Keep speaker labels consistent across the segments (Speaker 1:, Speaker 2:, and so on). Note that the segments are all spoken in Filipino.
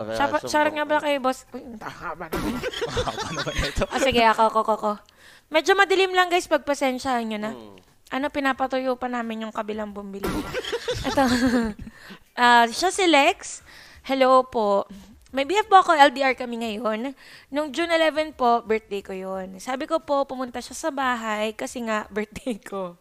Speaker 1: Ah,
Speaker 2: Okay,
Speaker 3: Shoutout,
Speaker 2: so-
Speaker 3: shoutout nga ba kay boss? Uy, ang haba naman.
Speaker 1: Ano ba ito?
Speaker 3: Ah, sige, ako, ako, ako, ako. Medyo madilim lang guys, pagpasensyahan nyo na. Ano, pinapatuyo pa namin yung kabilang bumili. Ito. Ah, siya si Lex. Hello po. May BF po ako, LDR kami ngayon. Nung June 11 po, birthday ko yon. Sabi ko po, pumunta siya sa bahay kasi nga birthday ko.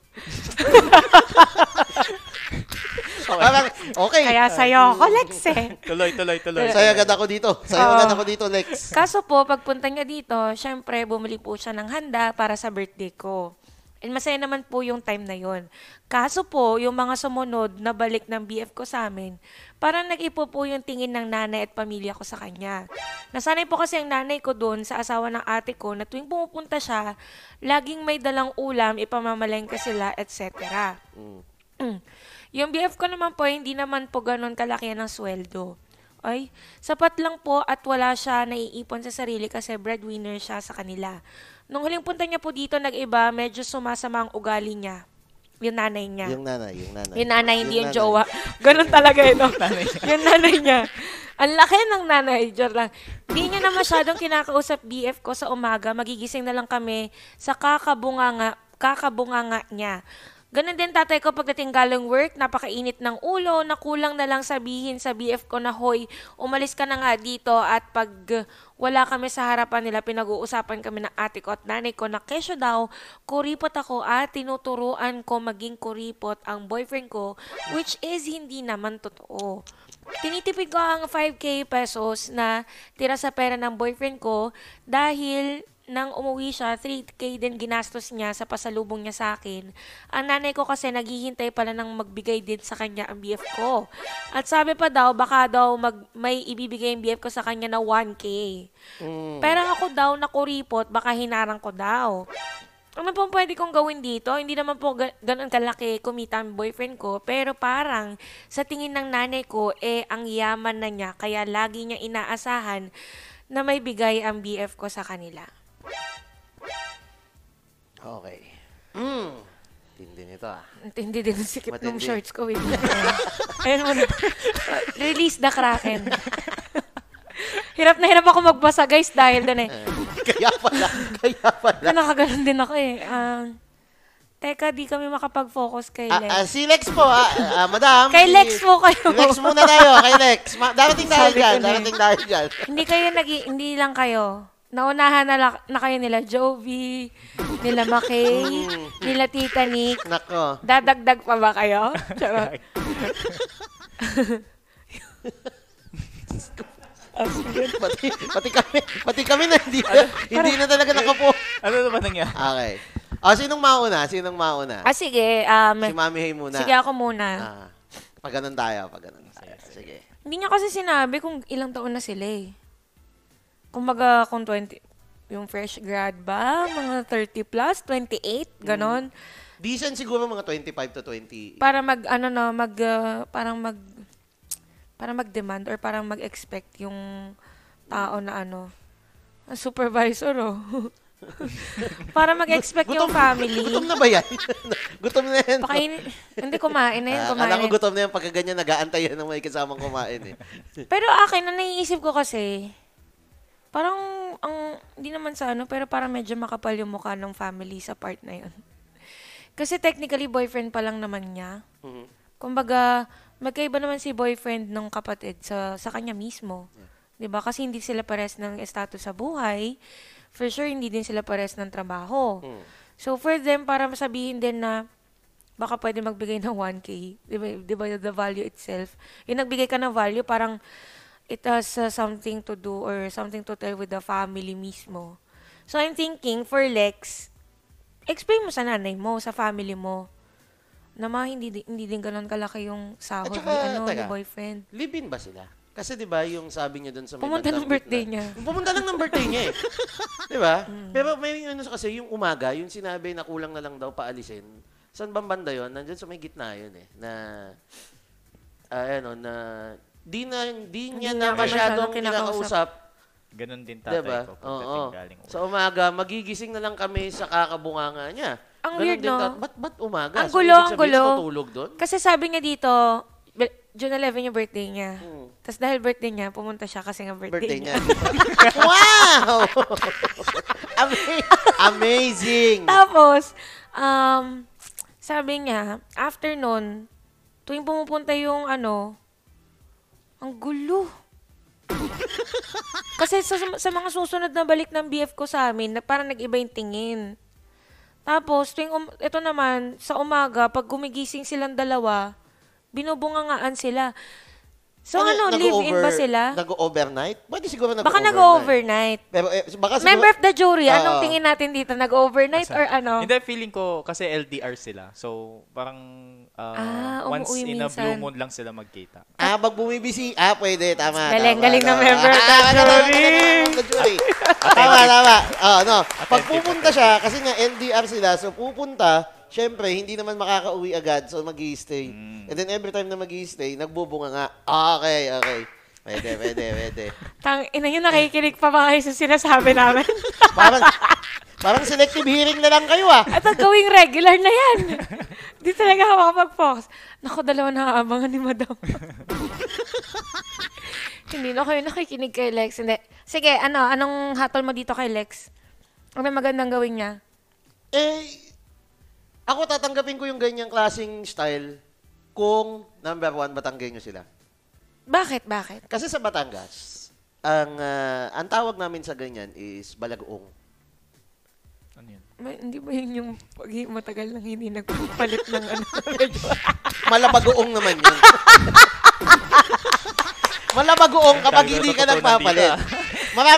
Speaker 2: Parang, okay.
Speaker 3: Kaya sayo ako, Lex eh.
Speaker 1: Tuloy, tuloy, tuloy.
Speaker 2: Saya agad ako dito. Saya
Speaker 3: Oo.
Speaker 2: agad ako dito, Lex.
Speaker 3: Kaso po, pagpunta niya dito, syempre bumili po siya ng handa para sa birthday ko. And masaya naman po yung time na yon. Kaso po, yung mga sumunod na balik ng BF ko sa amin, parang nag-ipo po yung tingin ng nanay at pamilya ko sa kanya. Nasanay po kasi ang nanay ko doon sa asawa ng ate ko na tuwing pumupunta siya, laging may dalang ulam, ipamamalengke sila, etc. Mm. Yung BF ko naman po, hindi naman po ganun kalaki ng sweldo. Ay, sapat lang po at wala siya naiipon sa sarili kasi breadwinner siya sa kanila. Nung huling punta niya po dito, nag-iba, medyo sumasama ang ugali niya. Yung nanay niya.
Speaker 2: Yung nanay, yung nanay.
Speaker 3: Yung nanay, hindi yung
Speaker 2: nanay.
Speaker 3: jowa. Ganun talaga yun. no? yung nanay niya. Ang laki ng nanay, joke lang. Hindi niya na masyadong kinakausap BF ko sa umaga. Magigising na lang kami sa kakabunganga, kakabunganga niya. Ganun din tatay ko pagdating galing work, napakainit ng ulo, nakulang na lang sabihin sa BF ko na, Hoy, umalis ka na nga dito at pag uh, wala kami sa harapan nila, pinag-uusapan kami ng ate ko at nanay ko na kesyo daw, kuripot ako at tinuturuan ko maging kuripot ang boyfriend ko, which is hindi naman totoo. Tinitipid ko ang 5k pesos na tira sa pera ng boyfriend ko dahil nang umuwi siya, 3K din ginastos niya sa pasalubong niya sa akin. Ang nanay ko kasi naghihintay pala ng magbigay din sa kanya ang BF ko. At sabi pa daw, baka daw mag, may ibibigay ang BF ko sa kanya na 1K. Pero ako daw nakuripot, baka hinarang ko daw. Ano pong pwede kong gawin dito? Hindi naman po ga- ganun kalaki kumita ang boyfriend ko. Pero parang sa tingin ng nanay ko, eh ang yaman na niya. Kaya lagi niya inaasahan na may bigay ang BF ko sa kanila.
Speaker 2: Okay. Mm. Tindi nito ah.
Speaker 3: Hindi din ang sikip ng
Speaker 2: Matindi.
Speaker 3: shorts ko. Wait. Ayun muna. Release the Kraken. hirap na hirap ako magbasa guys dahil doon eh.
Speaker 2: Kaya pala, kaya pala.
Speaker 3: Pero nakaganon din ako eh. Ah, teka, di kami makapag-focus kay
Speaker 2: Ah,
Speaker 3: Lex.
Speaker 2: ah, si Lex po, ah, ah, madam.
Speaker 3: Kay
Speaker 2: si-
Speaker 3: Lex po kayo.
Speaker 2: Lex muna tayo, kay Lex. Ma- darating tayo
Speaker 3: Sabi ko
Speaker 2: dyan,
Speaker 3: na eh.
Speaker 2: darating tayo dyan.
Speaker 3: hindi kayo nag- hindi lang kayo. Naunahan na, la- na kayo nila Jovi, nila Makay, nila Tita Nick.
Speaker 2: Nako.
Speaker 3: Dadagdag pa ba kayo? Charot.
Speaker 2: Pati, pati kami, pati kami na hindi
Speaker 3: Ano?
Speaker 2: na, hindi na talaga nakapo.
Speaker 1: Ano na ba nangyari?
Speaker 2: Okay. Ah, sinong mauna? Sinong mauna?
Speaker 3: ah, sige. Um,
Speaker 2: Si Mami Hay muna.
Speaker 3: sige ako muna.
Speaker 2: Ah, pag ganun tayo, pag ganun tayo. Sige.
Speaker 3: Hindi niya kasi sinabi kung ilang taon na sila eh. Kumbaga, kung 20, yung fresh grad ba? Mga 30 plus, 28, ganon.
Speaker 2: Decent siguro mga 25 to 20.
Speaker 3: Para mag, ano no, mag, ah, parang mag, parang mag-demand or parang mag-expect yung tao na ano, ah, supervisor oh. para mag-expect yung family.
Speaker 2: Gutom na ba yan? gutom na yan.
Speaker 3: Pakainin, hindi kumain na yun,
Speaker 2: Ah,
Speaker 3: kumain
Speaker 2: alam
Speaker 3: na
Speaker 2: ko
Speaker 3: yun.
Speaker 2: gutom na yan pagka ganyan, nag-aantay yan ng may kasamang kumain eh.
Speaker 3: Pero akin, ang naiisip ko kasi, parang, ang, di naman sa ano, pero parang medyo makapal yung mukha ng family sa part na yun. Kasi technically, boyfriend pa lang naman niya.
Speaker 2: Mm-hmm.
Speaker 3: Kumbaga, magkaiba naman si boyfriend ng kapatid sa, sa kanya mismo. 'Di ba Diba? Kasi hindi sila pares ng status sa buhay. For sure, hindi din sila pares ng trabaho.
Speaker 2: Hmm.
Speaker 3: So, for them, para masabihin din na baka pwede magbigay ng 1K. Di ba, di ba diba the value itself? Yung nagbigay ka ng value, parang it has uh, something to do or something to tell with the family mismo. So, I'm thinking for Lex, explain mo sa nanay mo, sa family mo, na mga hindi, di- hindi din ganun kalaki yung sahod
Speaker 2: At
Speaker 3: ni,
Speaker 2: saka,
Speaker 3: ano, ni
Speaker 2: teka.
Speaker 3: boyfriend.
Speaker 2: Live-in ba sila? Kasi 'di ba yung sabi niya doon sa may
Speaker 3: Pumunta
Speaker 2: bandang
Speaker 3: ng birthday
Speaker 2: gitna-
Speaker 3: niya. Mm.
Speaker 2: Pumunta lang ng birthday niya eh. 'Di ba? Pero may ano kasi yung umaga, yung sinabi na kulang na lang daw paalisin. Saan bang banda 'yon? Nandiyan sa may gitna 'yon eh na ah, ano na di na di
Speaker 3: Hindi niya
Speaker 2: niya na masyadong
Speaker 3: masyadong kinakausap.
Speaker 2: kinakausap
Speaker 1: Ganun din tatay
Speaker 2: Diba?
Speaker 1: ko pagdating
Speaker 2: Oo.
Speaker 1: galing
Speaker 2: Sa umaga, magigising na lang kami sa kakabunganga niya.
Speaker 3: Ang
Speaker 2: Ganun
Speaker 3: weird,
Speaker 2: din
Speaker 3: no?
Speaker 2: tat- Ba't, ba't umaga?
Speaker 3: Ang
Speaker 2: So,
Speaker 3: gulo,
Speaker 2: ibig
Speaker 3: ang
Speaker 2: sabihin,
Speaker 3: gulo.
Speaker 2: Tutulog doon?
Speaker 3: Kasi sabi niya dito, well, June 11 yung birthday niya.
Speaker 2: Hmm.
Speaker 3: Tapos dahil birthday niya, pumunta siya kasi nga birthday,
Speaker 2: Birthday
Speaker 3: niya.
Speaker 2: niya. wow! Ama- Amazing!
Speaker 3: Tapos, um, sabi niya, after nun, tuwing pumupunta yung ano, ang gulo. Kasi sa, sa mga susunod na balik ng BF ko sa amin, na parang nag-iba yung tingin. Tapos, tuwing um, ito naman, sa umaga, pag gumigising silang dalawa, binubungangaan sila. So ano, live-in
Speaker 2: nag-over-
Speaker 3: ba sila?
Speaker 2: Nag-overnight? Pwede siguro nag-overnight.
Speaker 3: Baka nag-overnight.
Speaker 2: Pero, eh, baka siguro,
Speaker 3: Member of the jury, anong
Speaker 2: Oo.
Speaker 3: tingin natin dito? Nag-overnight or ano?
Speaker 1: Hindi, feeling ko kasi LDR sila. So, parang uh,
Speaker 3: Ah,
Speaker 1: once
Speaker 3: umuwi
Speaker 1: in a blue
Speaker 3: minsan.
Speaker 1: moon lang sila magkita.
Speaker 2: Ah, pag bumibisi, ah, pwede, tama.
Speaker 3: Galing,
Speaker 2: tama,
Speaker 3: galing ng
Speaker 2: tama.
Speaker 3: member of the
Speaker 2: Ah, tama, tama,
Speaker 3: jury.
Speaker 2: tama, tama, jury. Tama, tama. Ah, no. Pag
Speaker 1: Attentive,
Speaker 2: pupunta siya, kasi nga NDR sila, so pupunta, syempre, hindi naman makakauwi agad, so mag stay
Speaker 1: Hmm.
Speaker 2: And then every time na mag stay nagbubunga nga. Ah, okay, okay. Pwede, pwede, pwede.
Speaker 3: Tang, ina yun, nakikinig pa ba kayo sa sinasabi namin?
Speaker 2: Parang, parang selective hearing na lang kayo, ah.
Speaker 3: At ang gawing regular na yan. Di talaga ako makapag-focus. Naku, dalawa na aabangan ni madam. Hindi na kayo nakikinig kay Lex. Hindi. Sige, ano, anong hatol mo dito kay Lex? Ano yung magandang gawin niya?
Speaker 2: Eh, ako tatanggapin ko yung ganyang klaseng style kung number one, Batanggenyo sila.
Speaker 3: Bakit, bakit?
Speaker 2: Kasi sa Batangas, ang, ah, ang tawag namin sa ganyan is balagoong.
Speaker 1: Ano yun?
Speaker 3: Ma- hindi ba yun yung pag matagal nang hindi nagpapalit ng ano?
Speaker 2: Malabagoong naman yun. Malabagoong kapag
Speaker 1: Dami
Speaker 2: hindi ka
Speaker 1: natutunan
Speaker 2: nagpapalit.
Speaker 1: dito,
Speaker 2: Marami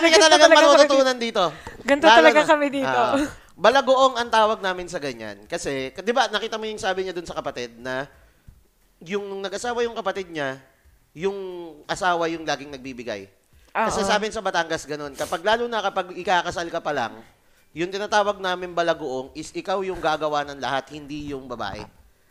Speaker 3: ah.
Speaker 2: ka
Speaker 3: Ganito
Speaker 2: talaga
Speaker 3: talaga kami
Speaker 2: matututunan dito.
Speaker 3: Ganito
Speaker 2: Lalo
Speaker 3: talaga
Speaker 2: na-
Speaker 3: kami dito.
Speaker 2: Ah, balagoong ang tawag namin sa ganyan. Kasi, k- di ba, nakita mo yung sabi niya dun sa kapatid na yung nung nag-asawa yung kapatid niya, yung asawa yung laging nagbibigay. Kasi
Speaker 3: Oo.
Speaker 2: sa amin sa Batangas, ganun. Kapag lalo na kapag ikakasal ka pa lang, yung tinatawag namin balagoong is ikaw yung gagawa ng lahat, hindi yung babae.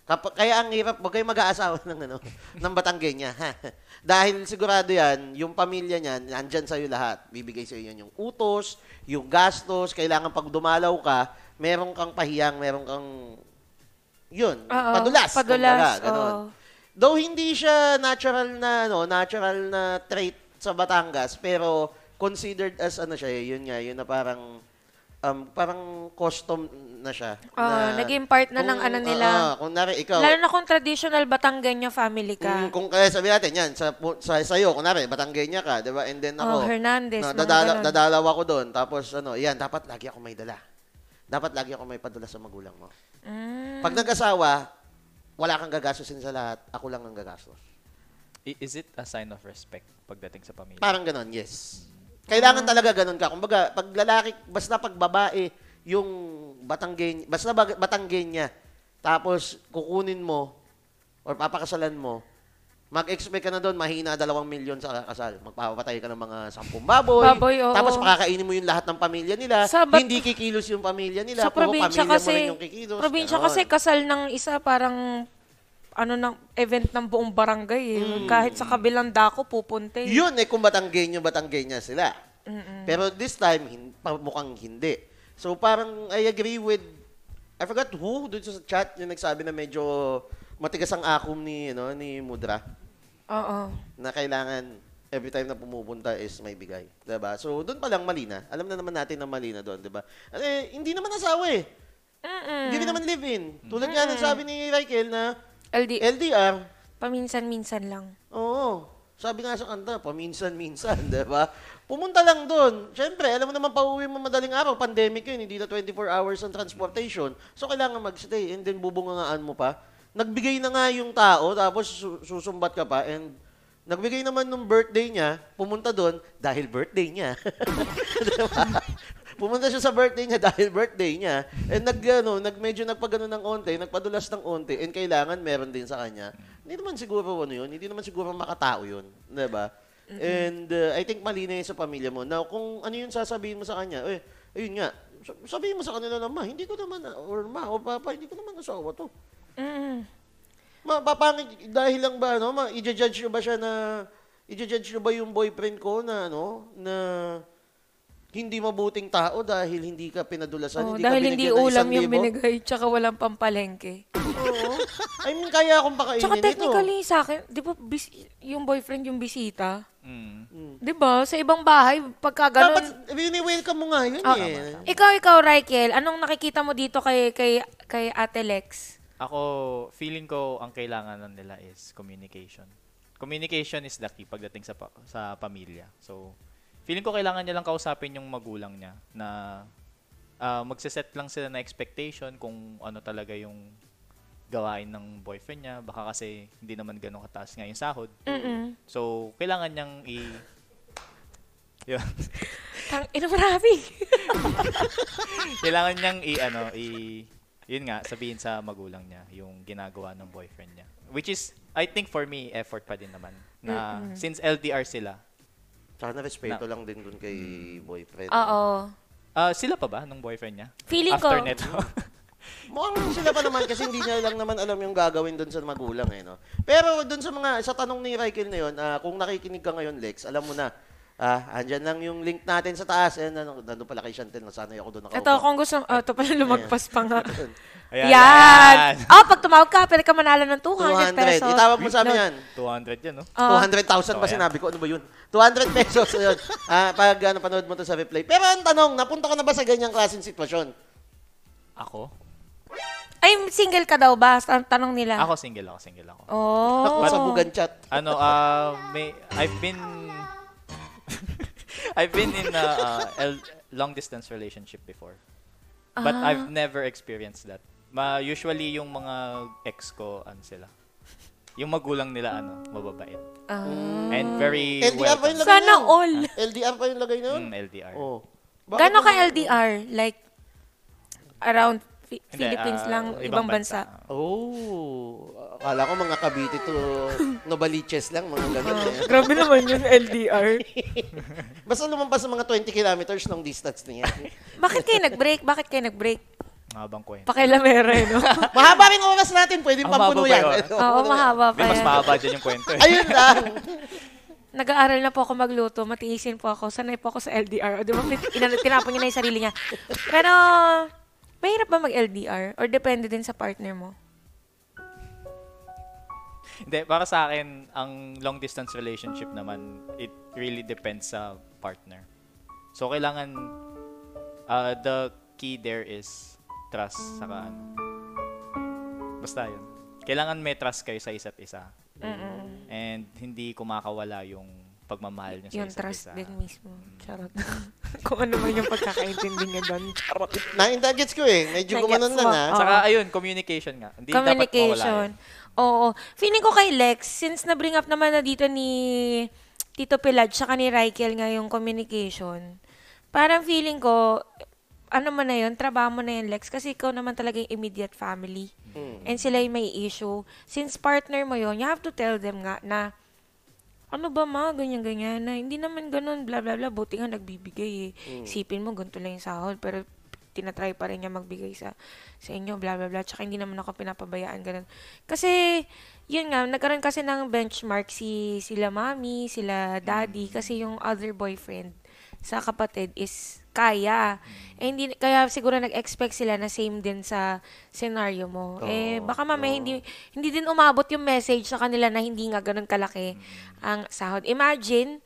Speaker 2: Kap- kaya ang hirap, huwag kayong mag-aasawa ng, ano, ng Batanggenya. ha? Dahil sigurado yan, yung pamilya niyan, nandyan sa'yo lahat. Bibigay sa'yo yan yung utos, yung gastos, kailangan pag dumalaw ka, meron kang pahiyang, meron kang, yun,
Speaker 3: Oo,
Speaker 2: padulas.
Speaker 3: padulas,
Speaker 2: kumbaga, ganun.
Speaker 3: oo.
Speaker 2: Though hindi siya natural na ano, natural na trait sa Batangas, pero considered as ano siya, eh, yun nga, yun na parang um, parang custom na siya.
Speaker 3: Oo, naging part na ng ano nila.
Speaker 2: Oo, kung nari, ikaw, Mm,
Speaker 3: Lalo na kung traditional Batanggenyo family ka.
Speaker 2: kung, kung kaya sabi natin yan, sa, pu- sa sa'yo, kung nari, Batanggenya ka, di ba? And then
Speaker 3: Oh,
Speaker 2: ako,
Speaker 3: Hernandez,
Speaker 2: na,
Speaker 3: mga
Speaker 2: dadala,
Speaker 3: ganun.
Speaker 2: dadalaw ako doon. Tapos ano, yan, dapat lagi ako may dala. Dapat lagi ako may padala sa magulang mo.
Speaker 3: Mm.
Speaker 2: Pag nag-asawa, wala kang gagastusin sa lahat, ako lang ang gagastos.
Speaker 1: I- Is it a sign of respect pagdating sa pamilya?
Speaker 2: Parang ganon, yes.
Speaker 3: Ah.
Speaker 2: Kailangan talaga ganon ka. Kumbaga, pag lalaki, basta pag babae, yung batanggen, basta bag- batanggen niya, tapos kukunin mo, or papakasalan mo, mag-expect ka na doon, mahina dalawang milyon sa kasal. Magpapatay ka ng mga sampung baboy.
Speaker 3: Baboy, oo.
Speaker 2: Tapos pakakainin mo yung lahat ng pamilya nila.
Speaker 3: Sa bat-
Speaker 2: hindi kikilos yung pamilya nila.
Speaker 3: sa
Speaker 2: Puro
Speaker 3: probinsya
Speaker 2: pamilya mo
Speaker 3: kasi,
Speaker 2: rin yung kikilos.
Speaker 3: probinsya
Speaker 2: Ganon.
Speaker 3: kasi kasal ng isa parang ano ng event ng buong barangay eh. Kahit sa kabilang dako pupunta eh.
Speaker 2: Mm. Yun eh, kung batanggen nyo, batanggen niya sila. Pero this time, hin- pa- mukhang hindi. So parang I agree with, I forgot who, doon sa chat, yung nagsabi na medyo matigas ang akum ni, ano, ni Mudra,
Speaker 3: Oo.
Speaker 2: na kailangan every time na pumupunta is may bigay. 'Di ba So doon pa lang malina. Alam na naman natin na malina doon, 'di ba Ano eh, hindi naman asawa eh.
Speaker 3: Mm-mm.
Speaker 2: Hindi rin naman live-in. Tulad nga ng sabi ni Raikel na
Speaker 3: LD,
Speaker 2: LDR,
Speaker 3: paminsan-minsan lang.
Speaker 2: Oo. Sabi nga sa kanta, paminsan-minsan, di ba? Pumunta lang doon. Siyempre, alam mo naman, pauwi mo madaling araw. Pandemic yun, hindi na 24 hours ang transportation. So, kailangan magstay and then bubungangaan mo pa. Nagbigay na nga yung tao, tapos su- susumbat ka pa and nagbigay naman nung birthday niya, pumunta doon dahil birthday niya. Di ba? Pumunta siya sa birthday niya dahil birthday niya. And nag, ano, nag, medyo nagpagano ng onte, nagpadulas ng onte, and kailangan meron din sa kanya. Hindi naman siguro ano yun, hindi naman siguro makatao yun. Di ba? And uh, I think mali na yun sa pamilya mo. Now, kung ano yun sasabihin mo sa kanya, eh, ayun nga, sa- sabihin mo sa kanila na, ma, hindi ko naman, ah, or ma, o papa, hindi ko naman asawa to.
Speaker 3: Mm.
Speaker 2: Ma, papangit, dahil lang ba, ano, ma, i-judge nyo ba siya na, i-judge nyo ba yung boyfriend ko na, ano, na, hindi mabuting tao dahil hindi ka pinadulasan,
Speaker 3: Oh,
Speaker 2: hindi
Speaker 3: dahil
Speaker 2: ka
Speaker 3: hindi
Speaker 2: binigyan ng
Speaker 3: ulam
Speaker 2: isang
Speaker 3: yung
Speaker 2: libo.
Speaker 3: binigay, tsaka walang pampalengke.
Speaker 2: Oo. I mean, kaya akong pakainin
Speaker 3: Tsaka
Speaker 2: ito.
Speaker 3: technically
Speaker 2: oh.
Speaker 3: sa akin, di ba bis- yung boyfriend yung bisita?
Speaker 1: Mm.
Speaker 3: Di ba? Sa ibang bahay, pagka ganun...
Speaker 2: Dapat, wini-welcome mo nga yun
Speaker 3: Ah,
Speaker 2: eh.
Speaker 3: Ikaw, ikaw, Raikel, anong nakikita mo dito kay, kay, kay Ate Lex?
Speaker 1: Ako, feeling ko ang kailangan lang nila is communication. Communication is the key pagdating sa pa- sa pamilya. So, feeling ko kailangan niya lang kausapin yung magulang niya na ah, magseset lang sila na expectation kung ano talaga yung gawain ng boyfriend niya. Baka kasi hindi naman ganun kataas nga yung sahod.
Speaker 3: Mm-mm.
Speaker 1: So, kailangan niyang i... Yun.
Speaker 3: Tang, ina, marami.
Speaker 1: kailangan niyang i ano i yun nga sabihin sa magulang niya yung ginagawa ng boyfriend niya which is I think for me effort pa din naman na since LDR sila
Speaker 2: Sana respeto lang din dun kay boyfriend.
Speaker 3: Oo.
Speaker 1: ah, sila pa ba ng boyfriend niya
Speaker 3: Feeling
Speaker 1: after
Speaker 3: ko.
Speaker 1: neto
Speaker 2: Mukhang sila pa naman kasi hindi niya lang naman alam yung gagawin doon sa magulang eh, no? Pero doon sa mga, sa tanong ni Raquel na yun, ah, kung nakikinig ka ngayon, Lex, alam mo na, ah, andyan lang yung link natin sa taas. Eh, nandun, nandun pala kay Chantel, nasanay ako doon nakaupo.
Speaker 3: Ito, kung gusto, oh, ito pala lumagpas pa nga.
Speaker 1: Ayan,
Speaker 3: Yan. Oh, pag tumawag ka, pwede ka manalo ng 200,
Speaker 2: 200.
Speaker 3: pesos. Ah.
Speaker 2: Itawag mo sa amin yan.
Speaker 1: 200 yun no
Speaker 3: Oo.
Speaker 2: 200,000 ba
Speaker 1: Oh, yeah.
Speaker 2: sinabi ko? Ano ba yun? 200 pesos. Ayun. Ah, pag ano, panood mo to sa replay. Pero ang tanong, napunta ka na ba sa ganyang klaseng sitwasyon?
Speaker 1: ako
Speaker 3: Ay, single ka daw ba? Ang tanong nila.
Speaker 1: ako single ako single ako
Speaker 3: Oh.
Speaker 2: Naku, sa bugan chat.
Speaker 1: ano ah may I've been I've been in a ah, L- long distance relationship before but
Speaker 3: Ah.
Speaker 1: I've never experienced that ma usually yung mga ex ko ano sila yung magulang nila ano mababait
Speaker 3: Ah.
Speaker 1: and very
Speaker 2: LDR
Speaker 1: welcome.
Speaker 2: pa yung lagay na
Speaker 3: Sana
Speaker 2: yun.
Speaker 3: all.
Speaker 2: LDR pa yung lagay na yun?
Speaker 1: Mm, LDR.
Speaker 2: Oh. Bakit
Speaker 3: Gano'n
Speaker 2: mo-
Speaker 3: ka LDR? Like, around Fi-
Speaker 1: Hindi,
Speaker 3: Philippines
Speaker 1: ah,
Speaker 3: lang, ibang bansa.
Speaker 2: Oh, akala ko mga Cavite to Novaliches lang, mga ganun eh.
Speaker 3: Grabe naman yung LDR.
Speaker 2: Basta lumampas ng mga 20 kilometers ng distance niya.
Speaker 3: Bakit kayo nag-break? Bakit kayo nag-break?
Speaker 1: Mahabang Ah, kwento.
Speaker 3: Pakilamera, eh, no?
Speaker 2: mahaba rin oras natin, pwedeng
Speaker 1: Ang mahaba
Speaker 2: pampuno
Speaker 1: ba
Speaker 2: yan.
Speaker 1: yun?
Speaker 2: Ito,
Speaker 3: Oo,
Speaker 2: ano yan?
Speaker 3: mahaba
Speaker 1: Hindi,
Speaker 3: pa
Speaker 1: mas
Speaker 3: yan.
Speaker 1: mahaba dyan yung kwento. Eh.
Speaker 2: Ayun lang.
Speaker 3: Nag-aaral na po ako magluto, matiisin po ako, sanay po ako sa LDR. O, di ba, pin- ina- tinapon niya na yung sarili niya. Pero, mahirap ba mag-LDR? Or depende din sa partner mo?
Speaker 1: Hindi, para sa akin, ang long distance relationship naman, it really depends sa partner. So, kailangan, uh, the key there is trust saka ano. Basta yun. Kailangan may trust kayo sa isa't isa. And hindi kumakawala yung pagmamahal niyo sa
Speaker 3: Yung
Speaker 1: isa't
Speaker 3: trust
Speaker 1: isa.
Speaker 3: din mismo. Charot. Kung ano man yung pagkakaintindi niya doon. Charot.
Speaker 2: Naindigets ko eh. Medyo
Speaker 3: Nagets
Speaker 2: gumanon lang
Speaker 3: mo.
Speaker 2: ha.
Speaker 3: Oo.
Speaker 1: Saka, ayun, communication nga. Hindi dapat mawala
Speaker 3: Communication.
Speaker 1: yun.
Speaker 3: Oo. Feeling ko kay Lex, since na-bring up naman na dito ni Tito Pilad tsaka ni Raikel nga yung communication, parang feeling ko, ano man na yun, trabaho mo na yun, Lex, kasi ikaw naman talaga yung immediate family.
Speaker 1: Hmm.
Speaker 3: And sila yung may issue. Since partner mo yun, you have to tell them nga na, ano ba ma, ganyan-ganyan na, hindi naman ganun, bla bla bla, buti nga nagbibigay eh. Isipin mo, ganito lang yung sahod, pero tinatry pa rin niya magbigay sa, sa inyo, bla bla bla, tsaka hindi naman ako pinapabayaan, ganun. Kasi, yun nga, nagkaroon kasi ng benchmark si sila mami, sila daddy, kasi yung other boyfriend sa kapatid is kaya. Eh, hindi, kaya siguro nag-expect sila na same din sa scenario mo. eh, baka mamaya hindi, hindi din umabot yung message sa kanila na hindi nga ganun kalaki ang sahod. Imagine,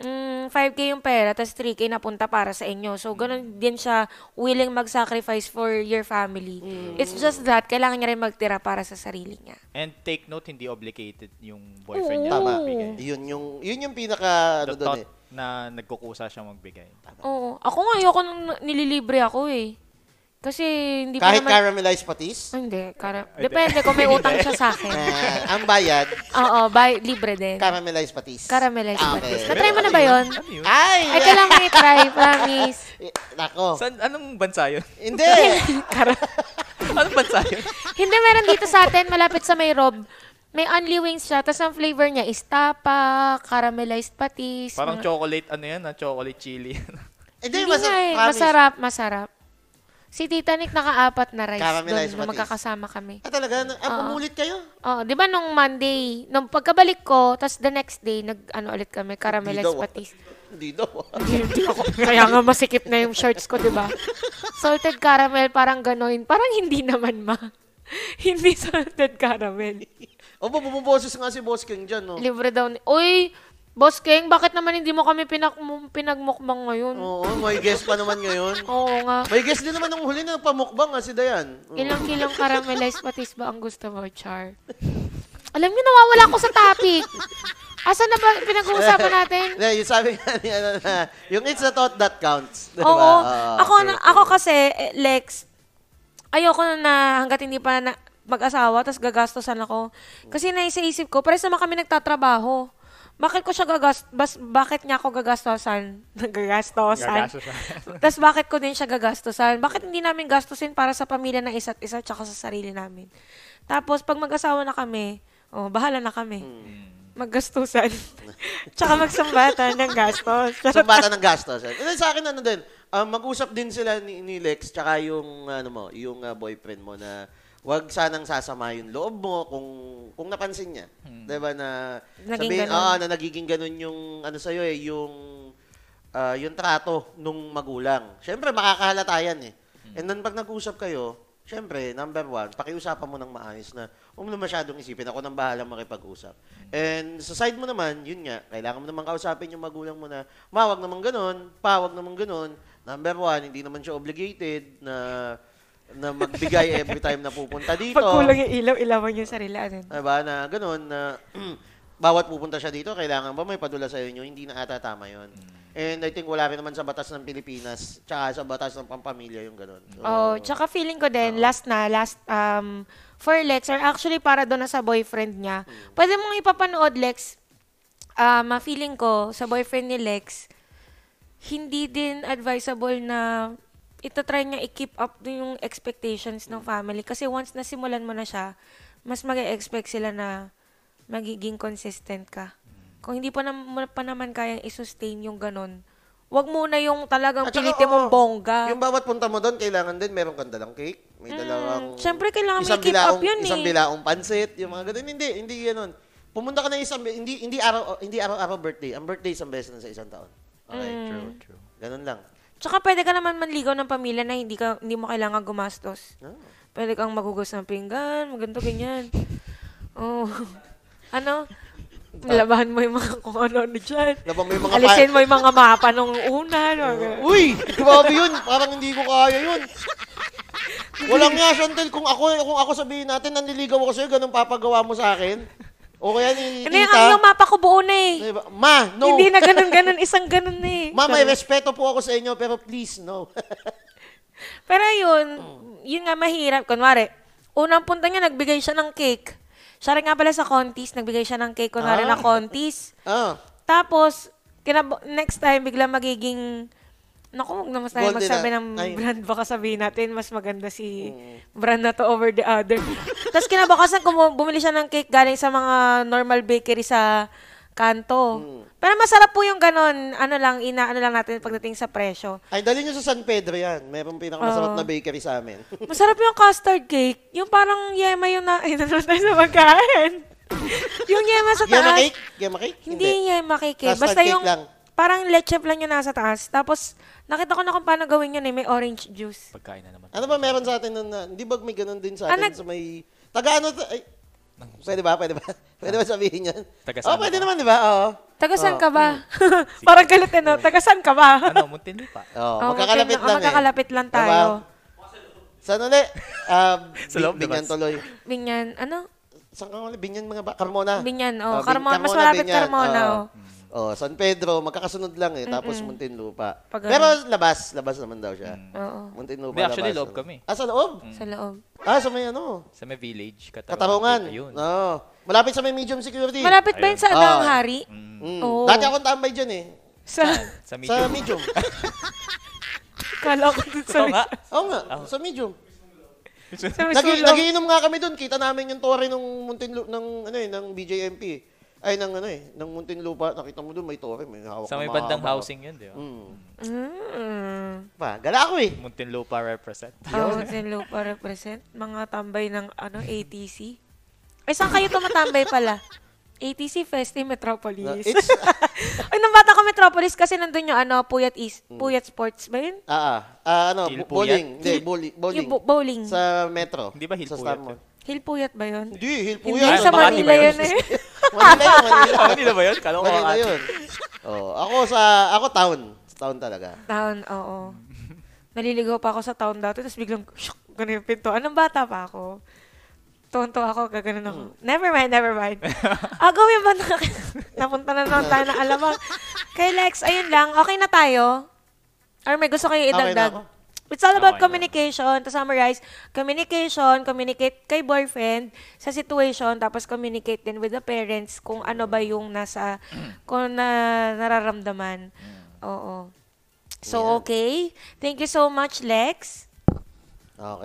Speaker 3: mm, 5K yung pera, tapos 3K napunta para sa inyo. So, ganun din siya willing mag-sacrifice for your family. It's just that, kailangan niya rin magtira para sa sarili niya.
Speaker 1: And take note, hindi obligated yung boyfriend niya.
Speaker 2: Tama.
Speaker 1: magbigay.
Speaker 2: Yun yung, yun yung pinaka, ano
Speaker 1: the
Speaker 2: doon
Speaker 1: thought
Speaker 2: eh.
Speaker 1: na nagkukusa siya magbigay.
Speaker 3: Oo. Ako nga, ayoko nung nililibre ako eh. Kasi hindi
Speaker 2: Kahit
Speaker 3: pa naman...
Speaker 2: caramelized patis,
Speaker 3: Ay, hindi. Kara- Depende kung may utang siya sa akin.
Speaker 2: ah, ang bayad,
Speaker 3: Oo, by, libre din.
Speaker 2: caramelized patis.
Speaker 3: Caramelized
Speaker 2: Okay.
Speaker 3: patis. Na-try mo na ba yun? Ah.
Speaker 1: Ano yun?
Speaker 2: Ay!
Speaker 3: Ay, kailangan ko i-try, promise.
Speaker 2: Eh, Nako.
Speaker 1: San, anong bansa yun?
Speaker 2: Hindi.
Speaker 3: Kara-
Speaker 1: anong bansa yun?
Speaker 3: Hindi, meron dito sa atin, malapit sa may Rob. May only wings siya, tapos ang flavor niya is tapa, caramelized patis.
Speaker 1: Parang
Speaker 3: mga-
Speaker 1: chocolate, ano yan, na chocolate chili.
Speaker 2: Hindi,
Speaker 3: Hindi
Speaker 2: masa-
Speaker 3: nga eh,
Speaker 2: promise.
Speaker 3: masarap, masarap. Si Tita Nick nakaapat na rice
Speaker 2: Caramelized
Speaker 3: doon, nung
Speaker 2: patis.
Speaker 3: magkakasama kami.
Speaker 2: Ah, talaga? Na- Ah, umulit kayo?
Speaker 3: Oh, 'di ba nung Monday, nung pagkabalik ko, tapos the next day nag ano ulit kami,
Speaker 2: Hindi
Speaker 3: caramelized
Speaker 2: daw.
Speaker 3: patis.
Speaker 2: Hindi daw.
Speaker 3: Hindi ako. Kaya nga masikip na yung shorts ko, di ba? Salted caramel, parang ganoin. Parang hindi naman, ma. hindi salted caramel.
Speaker 2: o, bumuboses nga si Boss King dyan, oh. no?
Speaker 3: Libre daw ni... Uy, Boss King, bakit naman hindi mo kami pinak pinagmukbang ngayon?
Speaker 2: Oo, may guest pa naman ngayon.
Speaker 3: Oo nga.
Speaker 2: May guest din naman ng huli na pamukbang nga si Dayan. Oo.
Speaker 3: Ilang kilong caramelized patis ba ang gusto mo, Char? Alam niyo, nawawala ako sa topic. Asan na ba pinag-uusapan natin?
Speaker 2: Na, yung sabi nga ni, ano, na, yung it's a thought that counts. Diba?
Speaker 3: Oo. ako,
Speaker 2: true,
Speaker 3: na,
Speaker 2: true.
Speaker 3: ako kasi, eh, Lex, ayoko na, na hanggat hindi pa na mag-asawa, tapos gagastosan ako. Kasi naisip ko, pares naman kami nagtatrabaho. Bakit ko siya gagas bas, bakit niya ako gagastosan? gagastosan.
Speaker 1: Gagastosan.
Speaker 3: tapos bakit ko din siya gagastosan? Bakit hindi namin gastusin para sa pamilya ng isa't isa tsaka sa sarili namin? Tapos pag mag-asawa na kami, oh, bahala na kami. Maggastusan. tsaka magsumbatan ng gastos.
Speaker 2: Sumbatan ng gastos. And then sa akin, ano din, um, mag-usap din sila ni, ni Lex tsaka yung, ano mo, yung uh, boyfriend mo na wag sanang sasama yung loob mo kung kung napansin niya. 'Di ba na
Speaker 3: Hmm. Naging
Speaker 2: sabihin,
Speaker 3: ganun.
Speaker 2: ah, na nagiging ganun yung ano sa eh, yung ah, yung trato nung magulang. Syempre makakahalata yan eh. And then pag nag-usap kayo, syempre number one, pakiusapan mo ng maayos na huwag mo na masyadong isipin ako nang bahala makipag-usap. And sa side mo naman, yun nga, kailangan mo naman kausapin yung magulang mo na mawag naman ganun, pawag naman ganun. Number one, hindi naman siya obligated na na magbigay every time na pupunta dito.
Speaker 3: Pag kulang yung ilaw, ilawan yung sarili. Ano? yun?
Speaker 2: Diba? Na ganun, na bawat pupunta siya dito, kailangan ba may padula sa inyo? Hindi na ata tama yun. And I think wala rin naman sa batas ng Pilipinas, tsaka sa batas ng pampamilya yung ganun. So,
Speaker 3: Oh, tsaka feeling ko din, last na, last, um, for Lex, or actually para doon na sa boyfriend niya, pwede mong ipapanood, Lex, um, ah, feeling ko, sa boyfriend ni Lex, hindi din advisable na itatry niya i-keep up yung expectations ng family. Kasi once nasimulan mo na siya, mas mag expect sila na magiging consistent ka. Kung hindi pa, nam- mo pa naman kayang i-sustain yung ganun, wag muna yung talagang
Speaker 2: At saka,
Speaker 3: pilitin mong
Speaker 2: Ah, oo,
Speaker 3: bongga.
Speaker 2: Yung bawat punta mo doon, kailangan din meron kang dalang cake, may dalawang...
Speaker 3: syempre, kailangan may
Speaker 2: isang
Speaker 3: keep up
Speaker 2: bilaong-
Speaker 3: yun
Speaker 2: Isang
Speaker 3: eh.
Speaker 2: bilaong pansit, yung mga ganun. Hindi, hindi ganun. Pumunta ka na isang... Hindi, hindi araw hindi araw-araw birthday. Ang birthday isang beses na sa isang taon. Okay,
Speaker 3: Mm.
Speaker 2: true, true. Ganun lang.
Speaker 3: Tsaka pwede ka naman manligaw ng pamilya na hindi ka hindi mo kailangan gumastos.
Speaker 2: Ah.
Speaker 3: Pwede kang maghugas ng pinggan, maganda ganyan. Oh. Ano? Labahan mo yung mga kung ano-ano dyan.
Speaker 2: Labang may mga pa-
Speaker 3: Alisin mo yung mga mapa nung una. ano, No?
Speaker 2: Uy, grabe yun. Parang hindi ko kaya yun. Walang nga, Chantel. Kung ako, kung ako sabihin natin, naniligaw ako sa'yo, ganun papagawa mo sa akin. O kaya ni
Speaker 3: Ano yung, ang yung
Speaker 2: tita.
Speaker 3: mapa ko buo na eh.
Speaker 2: Diba? Ma, no.
Speaker 3: Hindi na ganun-ganun, isang ganun na eh.
Speaker 2: Ma, may respeto po ako sa inyo, pero please, no.
Speaker 3: Pero yun, yun nga mahirap. Kunwari, unang punta niya, nagbigay siya ng cake. Siya rin nga pala sa contest, nagbigay siya ng cake, kunwari
Speaker 2: Ah.
Speaker 3: na contest.
Speaker 2: ah,
Speaker 3: Tapos, kinab- next time, bigla magiging, naku, huwag na mas tayo
Speaker 2: Golden
Speaker 3: magsabi
Speaker 2: na-
Speaker 3: ng
Speaker 2: ay. Mm.
Speaker 3: brand, baka sabihin natin, mas maganda si brand na to over the other. Tapos kinabukasan, kumu- bumili siya ng cake galing sa mga normal bakery sa kanto.
Speaker 2: Mm.
Speaker 3: Pero masarap po yung ganon, ano lang, inaano lang natin pagdating sa presyo.
Speaker 2: ay, dali nyo sa San Pedro yan. Mayroong
Speaker 3: Oo.
Speaker 2: pinakamasarap na bakery sa amin.
Speaker 3: Masarap yung custard cake. Yung parang yema yung na... Ay, nanonood tayo sa magkain. yung yema sa taas.
Speaker 2: Yema cake? Yema cake?
Speaker 3: Hindi, yema cake. eh.
Speaker 2: Custard
Speaker 3: Basta
Speaker 2: cake
Speaker 3: yung...
Speaker 2: lang.
Speaker 3: Parang leche plan yung nasa taas. Tapos, nakita ko na kung paano gawin yun eh. May orange juice.
Speaker 1: Pagkain na naman.
Speaker 2: Ano ba meron sa atin nun na, hindi ba may ganun din sa
Speaker 3: Ah,
Speaker 2: atin
Speaker 3: nag-
Speaker 2: sa may, taga ano, to- ay, pwede ba, pwede ba? Pwede ba sabihin yan?
Speaker 1: Taga
Speaker 2: Oh,
Speaker 1: saan
Speaker 2: pwede
Speaker 1: ba?
Speaker 2: naman, di ba? Oo.
Speaker 3: Tagasan
Speaker 2: Oh,
Speaker 3: ka ba? parang galit eh, no? Tagasan ka ba?
Speaker 1: Ano, Muntinlupa.
Speaker 2: Oo,
Speaker 3: Oh,
Speaker 2: magkakalapit
Speaker 3: magkano-
Speaker 2: lang
Speaker 3: oh, magkakalapit
Speaker 2: eh.
Speaker 3: lang
Speaker 2: Diba?
Speaker 3: tayo.
Speaker 2: Saan uli? Um,
Speaker 1: Sa loob,
Speaker 2: Binyan
Speaker 1: labas.
Speaker 2: tuloy.
Speaker 3: Binyan, ano?
Speaker 2: Saan ka uli? Binyan mga ba? Carmona.
Speaker 3: Binyan, oh.
Speaker 2: Bin-
Speaker 3: Carmona- mas malapit
Speaker 2: Binyan,
Speaker 3: Carmona,
Speaker 2: oo. Oo, San Pedro, magkakasunod lang eh. Tapos Muntinlupa.
Speaker 3: Pag ano.
Speaker 2: Pero labas, labas naman daw siya.
Speaker 3: Oo.
Speaker 2: Muntinlupa,
Speaker 1: Hindi, Mm. actually,
Speaker 2: labas.
Speaker 1: loob kami. Mm.
Speaker 2: Ah, sa loob?
Speaker 3: Sa loob.
Speaker 2: Ah, sa may ano?
Speaker 1: Sa may village. Katarungan. Ah.
Speaker 2: Katarungan.
Speaker 1: Ayun.
Speaker 2: Oo. Malapit sa may medium security.
Speaker 3: Malapit ba yun sa
Speaker 2: Ayun.
Speaker 3: Adang
Speaker 2: Ah.
Speaker 3: Hari?
Speaker 2: Mm.
Speaker 3: Oo.
Speaker 2: Dati akong tambay dyan eh.
Speaker 3: Sa...
Speaker 1: Sa medium.
Speaker 2: Sa medium.
Speaker 3: Kala ko dun sa...
Speaker 1: Oo nga.
Speaker 2: Oo nga, sa medium.
Speaker 3: Sa
Speaker 2: Nag-
Speaker 3: Misulong.
Speaker 2: nagiinom nga kami doon. Kita namin yung tore ng Muntinlu ng ano eh, ng BJMP. eh. Ay ng ano eh, ng Muntinlupa. Nakita mo doon may tore, may hawak.
Speaker 1: Sa may
Speaker 2: na
Speaker 1: bandang
Speaker 2: mahaba.
Speaker 1: housing yun, di ba?
Speaker 2: Mm.
Speaker 3: Mm.
Speaker 2: Pa, gala ako eh.
Speaker 1: Muntinlupa represent.
Speaker 3: Oh, Sinlupa represent. Mga tambay ng ano ATC. Eh, saan kayo tumatambay pala? ATC Festi Metropolis.
Speaker 2: It's
Speaker 3: Ay, nung bata ko Metropolis kasi nandun yung ano, Puyat East,
Speaker 2: Hmm.
Speaker 3: Puyat Sports ba yun?
Speaker 2: Ah, ah. Ah, ano,
Speaker 1: Hill po
Speaker 2: bo-
Speaker 1: yan.
Speaker 2: bowling. Hindi, bowling. Bowling.
Speaker 3: Yung bo- bowling.
Speaker 2: Sa metro.
Speaker 1: Hindi ba hill po
Speaker 2: sa Star
Speaker 1: yan?
Speaker 2: Mall.
Speaker 3: Hill Puyat ba yun?
Speaker 2: Hindi, hill po
Speaker 3: Hindi,
Speaker 2: yan.
Speaker 3: sa
Speaker 1: Makati ba
Speaker 3: Manila
Speaker 1: yun?
Speaker 3: yun eh.
Speaker 2: Manila, Manila.
Speaker 1: Manila Ano, ba yun? Kala ko
Speaker 2: Manila
Speaker 1: Makati.
Speaker 2: yun. Oh, ako sa, ako town. Sa town talaga.
Speaker 3: Town, oo. Naliligaw pa ako sa town dati, tapos biglang, shuk, ganun yung pinto. Anong bata pa ako? Tonto ako, gaganon ako.
Speaker 2: Hmm.
Speaker 3: Never mind, never mind. ah, gawin ba na? Napunta na naman tayo ng alamang. Kay Lex, ayun lang, okay na tayo? Or may gusto kayo
Speaker 2: Okay na
Speaker 3: idagdag?
Speaker 2: ako.
Speaker 3: It's all about
Speaker 1: Okay na.
Speaker 3: communication. To summarize, communication, communicate kay boyfriend sa situation, tapos communicate din with the parents kung ano ba yung nasa, kung na, nararamdaman. Oo. So, okay. Thank you so much, Lex.
Speaker 2: Okay.